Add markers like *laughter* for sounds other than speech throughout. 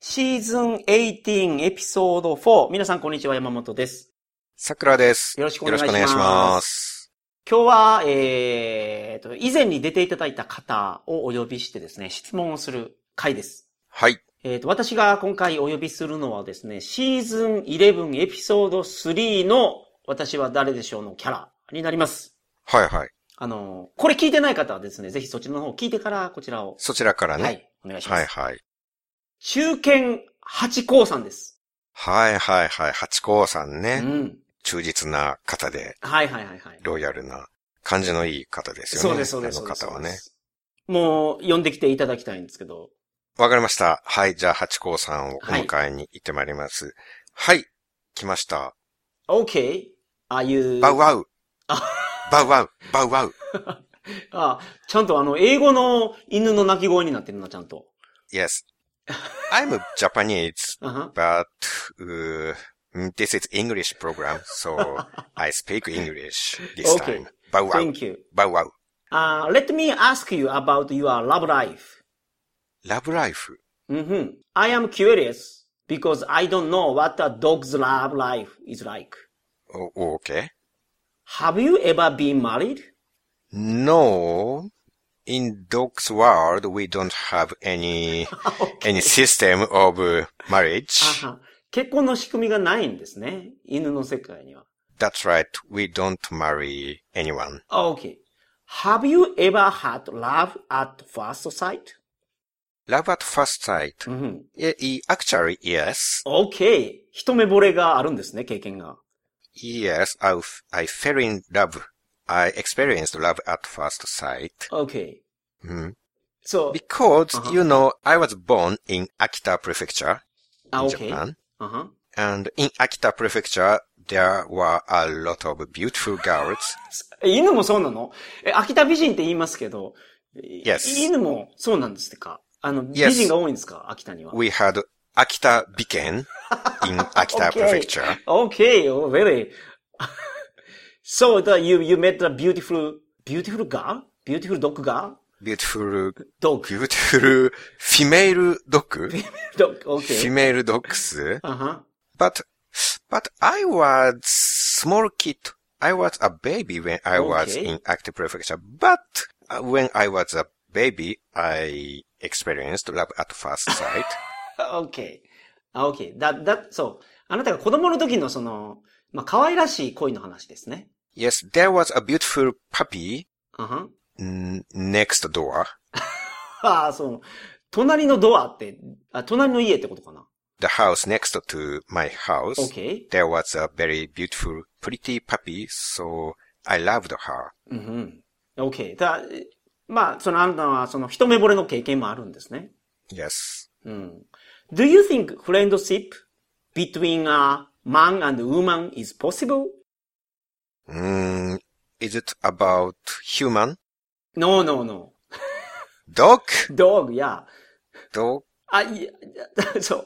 シーズン18エピソード4。皆さんこんにちは、山本です。桜です。よろしくおよ願ろいししくます。お願いします。今日は、えーと、以前に出ていただいた方をお呼びしてですね、質問をする回です。はい。えーと、私が今回お呼びするのはですね、シーズン11エピソード3の私は誰でしょうのキャラになります。はいはい。あの、これ聞いてない方はですね、ぜひそちらの方聞いてからこちらを。そちらからね。ははい、い、お願いします。はいはい。中堅八高さんです。はいはいはい。八甲さんうね。ん。忠実な方で、はいはいはいはい。ロイヤルな、感じのいい方ですよね。そうです、そうです。あの方はそうねで。す。もう、呼んできていただきたいんですけど。わかりました。はい。じゃあ、八甲さんをお迎えに行ってまいります。はい。来ました。 OK? Are you... バウワウ。あバウワウ。バウワウ。あ、ちゃんとあの、英語の犬の鳴き声になってるな、ちゃんと。 Yes. I'm Japanese, あは but, uh, this is English program, *laughs* so I speak English this Okay. time. バウワウ。 Thank you. バウワウ。 Uh, let me ask you about your love life. ラブライフ。 Mhm. I am curious because I don't know what a dog's love life is like. お、OK? Have you ever been married? No. In dog's world, we don't have *laughs* any, any system of uh, marriage. あは結婚の仕組みがないんですね。犬の世界には。 That's right. We don't marry anyone. Okay. Have you ever had love at first sight? Love at first sight. Mhm. Y- y- Actually, yes. Okay. 一目惚れがあるんですね、経験が。 Yes, I, f- I fell in love. I experienced love at first sight. Okay. Mhm. So, Because, Uh-huh. you know, I was born in Akita Prefecture in ah, okay. Japan. Uh-huh. And in Akita Prefecture, there were a lot of beautiful girls. え犬もそうなのえ、秋田美人って言いますけど、え Yes. 犬もそうなんですかあの、 Yes. 美人が多いんですか秋田には。 We had Akita Biken *laughs* in Akita Okay. Prefecture. Okay, oh, really. *laughs* so, the, you, you met a beautiful, beautiful girl? Beautiful dog girl? Beautiful, Dog. *laughs* beautiful female dog, dog, okay. female dogs. Uh-huh. But, but I was small kid. I was a baby when I was Okay. in Akita Prefecture. But uh, when I was a baby, I experienced love at first *laughs* sight. Okay. Ah, Okay. That, that, so, あなたが子供の時のその、まあ、可愛らしい恋の話ですね。 yes, there was a beautiful puppy うんふん。ん next door, ああ、そう。隣のドアって、あ、隣の家ってことかな。 the house next to my house, Okay. there was a very beautiful, pretty puppy, so I loved her. うんうん。Okay. だ、まあ、そのあなたはその一目惚れの経験もあるんですね。 Yes. うん。Do you think friendship between a man and woman is possible? Mm, is it about human? No, no, no. Dog? Dog, yeah. Dog? あ、いや、 *laughs* そ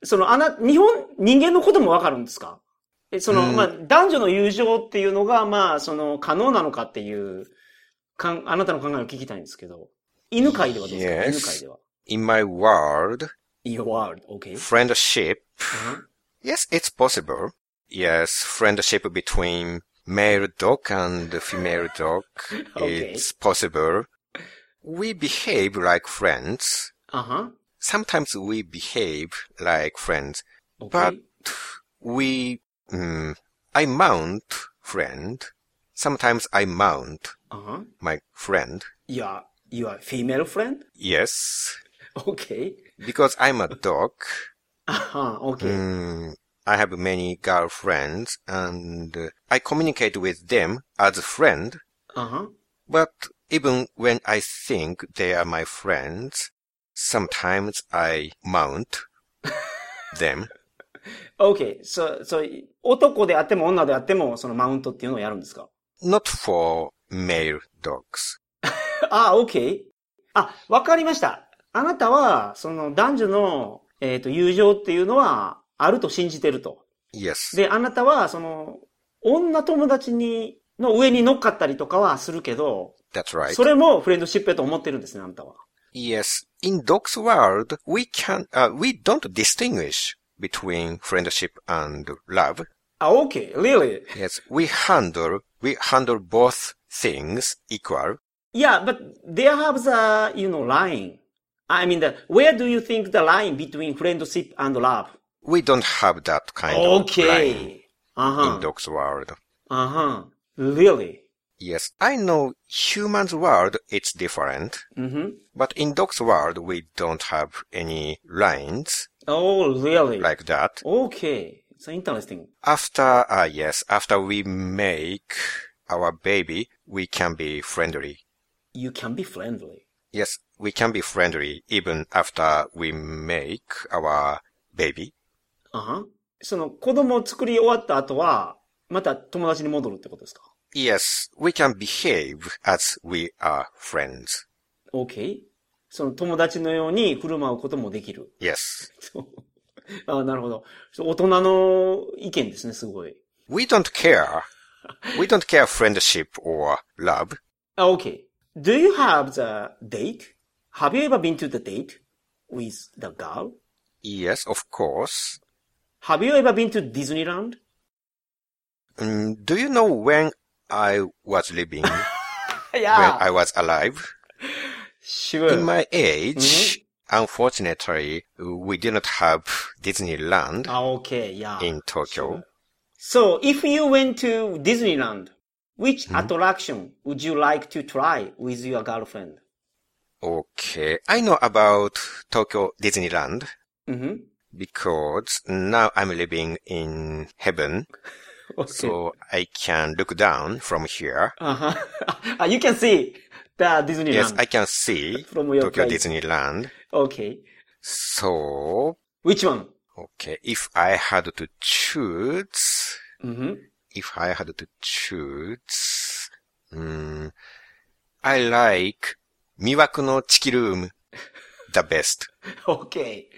う。その、あな、日本、人間のこともわかるんですかえ、その、うんまあ、男女の友情っていうのが、まあ、その、可能なのかっていう、かん、あなたの考えを聞きたいんですけど、犬界ではどうですか Yes. 犬界では。 In my world, Your world, okay? friendship, yes, it's possible. Yes, friendship between male dog and female dog, Okay. it's possible. We behave like friends. あは sometimes we behave like friends, ?Okay? but we, mm, I mount friend. Sometimes I mount あは my friend. ?Your, your female Yes, friend?Okay? because I'm a dog. あは ?Okay? Mm, I have many girlfriends and uh, I communicate with them as a friend. あは But even when I think they are my friends, sometimes I mount them. ?Okay? そう、そう、男であっても女であっても、そのマウントっていうのをやるんですか Not for male dogs. あ、OK。あ、わかりました。あなたは、その男女の、えっと、友情っていうのは、あると信じてると。 Yes. で、あなたは、その、女友達に、の上に乗っかったりとかはするけど、 That's right. それもフレンドシップやと思ってるんですね、あなたは。 Yes. In Doc's world, we can, uh, we don't distinguish between friendship and love. あ、okay, really. Yes. We handle, we handle both things equal. Yeah, but there have the, you know, line. I mean, the, where do you think the line between friendship and love? We don't have that kind of line Okay. in Uh-huh. Doc's world. Uh-huh. Really? Yes. I know human's world, it's different. Mm-hmm. But in Doc's world, we don't have any lines Oh, really? like that. Okay. It's interesting. After, ah, yes, after we make our baby, we can be friendly. You can be friendly. Yes, we can be friendly even after we make our baby. あはその、子供を作り終わった後は、また友達に戻るってことですか Yes, we can behave as we are friends. ?OK? その友達のように振る舞うこともできる。 *laughs* Yes. そうあなるほど。そう大人の意見ですね、すごい。 We don't care. We don't care friendship or love. あ OK. Do you have the date? Have you ever been to the date with the girl? Yes, of course. Have you ever been to Disneyland? Mm, do you know when I *laughs* was living, when い I was alive? In sure. my age, mm-hmm. unfortunately, we did not have Disneyland Ah, okay, yeah. in Tokyo. So, if you went to Disneyland, which attraction would you like to try with your girlfriend? Okay, I know about Tokyo Disneyland Mm-hmm. because now I'm living in heaven, Okay. so I can look down from here. uh-huh. *laughs* Ah, you can see the Disneyland. Yes, I can see From your Tokyo place. Disneyland. Okay. So, Which one? okay, if I had to choose, Mm-hmm. if I had to choose, mm, I like Miwaku no Chiki Room the best. *laughs* Okay.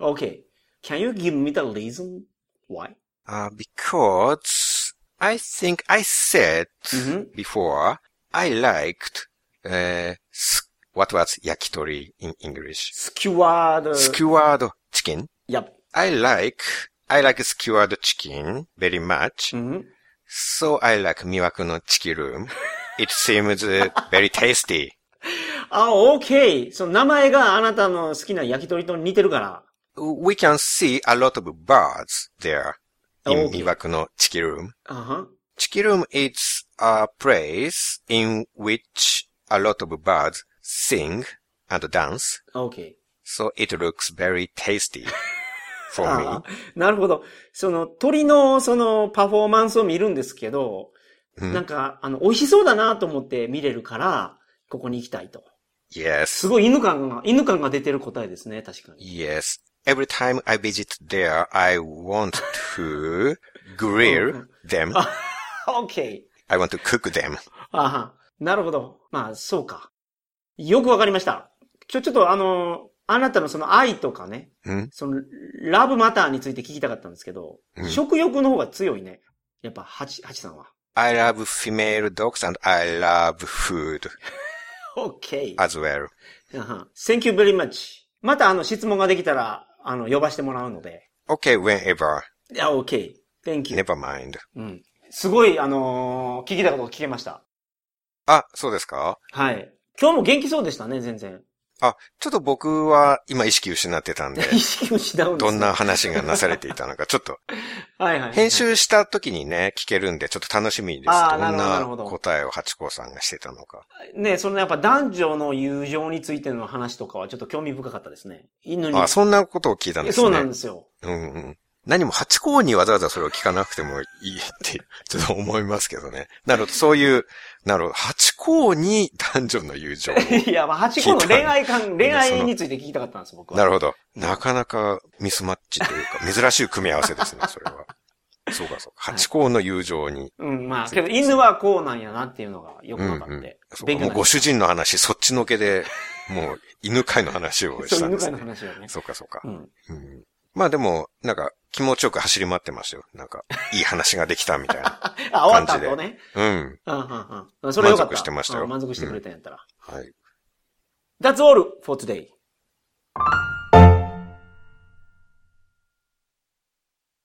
Okay. Can you give me the reason why? Uh, because I think I said Mhm. before I liked uh, s- what was yakitori in English? Skewered. Skewered chicken. yep. I like I like skewered chicken very much. Mm-hmm. So I like Miwaku no Chiki Room. It seems uh, very tasty. あ、OK! その名前があなたの好きな焼き鳥と似てるから。 We can see a lot of birds there in Okay. Miwaku no Chiki Room. あは。 Chiki Room is a place in which a lot of birds sing and dance, OK。 so it looks very tasty for あーなるほど。その鳥のそのパフォーマンスを見るんですけど、うんなんか、あの、美味しそうだなと思って見れるから、ここに行きたいと。 me. Yes, すごい犬感が、犬感が出てる答えですね、確 *laughs* かに。 yes. Every time I visit there, I want to grill them. OK! I want to cook them. あは。なるほど。まあ、そうか。よくわかりました。ちょ、ちょっとあの、あなたのその愛とかね、うんその、ラブマターについて聞きたかったんですけど、うん食欲の方が強いね。やっぱ、ハチ、ハチさんは。 I love female dogs and I love food OK! as well. うんうん Thank you very much. またあの質問ができたら、あの、呼ばしてもらうので。 Okay, whenever. いや、OK. Thank you. Never mind. うん。すごい、あのー聞きたこと聞けました。あ、そうですかはい。今日も元気そうでしたね、全然。 *laughs* あ、ちょっと僕は今意識失ってたんで。意識を失うんですどんな話がなされていたのか、ちょっと、はいはい。編集した時にね、聞けるんで、ちょっと楽しみです。あどーなるほどんななるほど答えをハチ公さんがしてたのか。ね、そのやっぱ男女の友情についての話とかはちょっと興味深かったですね。犬に。あ、そんなことを聞いたんえですね。そうなんですよ。 *laughs* うんうん。何もハチ公にわざわざそれを聞かなくてもいいって、ちょっと思いますけどね。なるほど、そういう、なるほど、ハチ公に男女の友情を。いや、まあ、ハチ公の聞いた恋愛感、恋愛について聞きたかったんです、僕は。なるほど。なかなかミスマッチというか、 *laughs* 珍しい組み合わせですね、それは。そうかそうか。ハチ公の友情に。うん、まあ、けど犬はこうなんやなっていうのがよくうんう分んかって。そうか勉強もになりうごまし主人の話、そっちのけで、もう犬飼いの話をたしそたうん犬で飼すいのね。話はね。そうかそうかう。ん。うんまあでも、なんか気持ちよく走り回ってましたよ。なんか、いい話ができたみたいな。あ、終わった後ね。うん。うんうんうん。それよかった。満足してましたようん満足してくれたんやったら。はい。 That's all for today.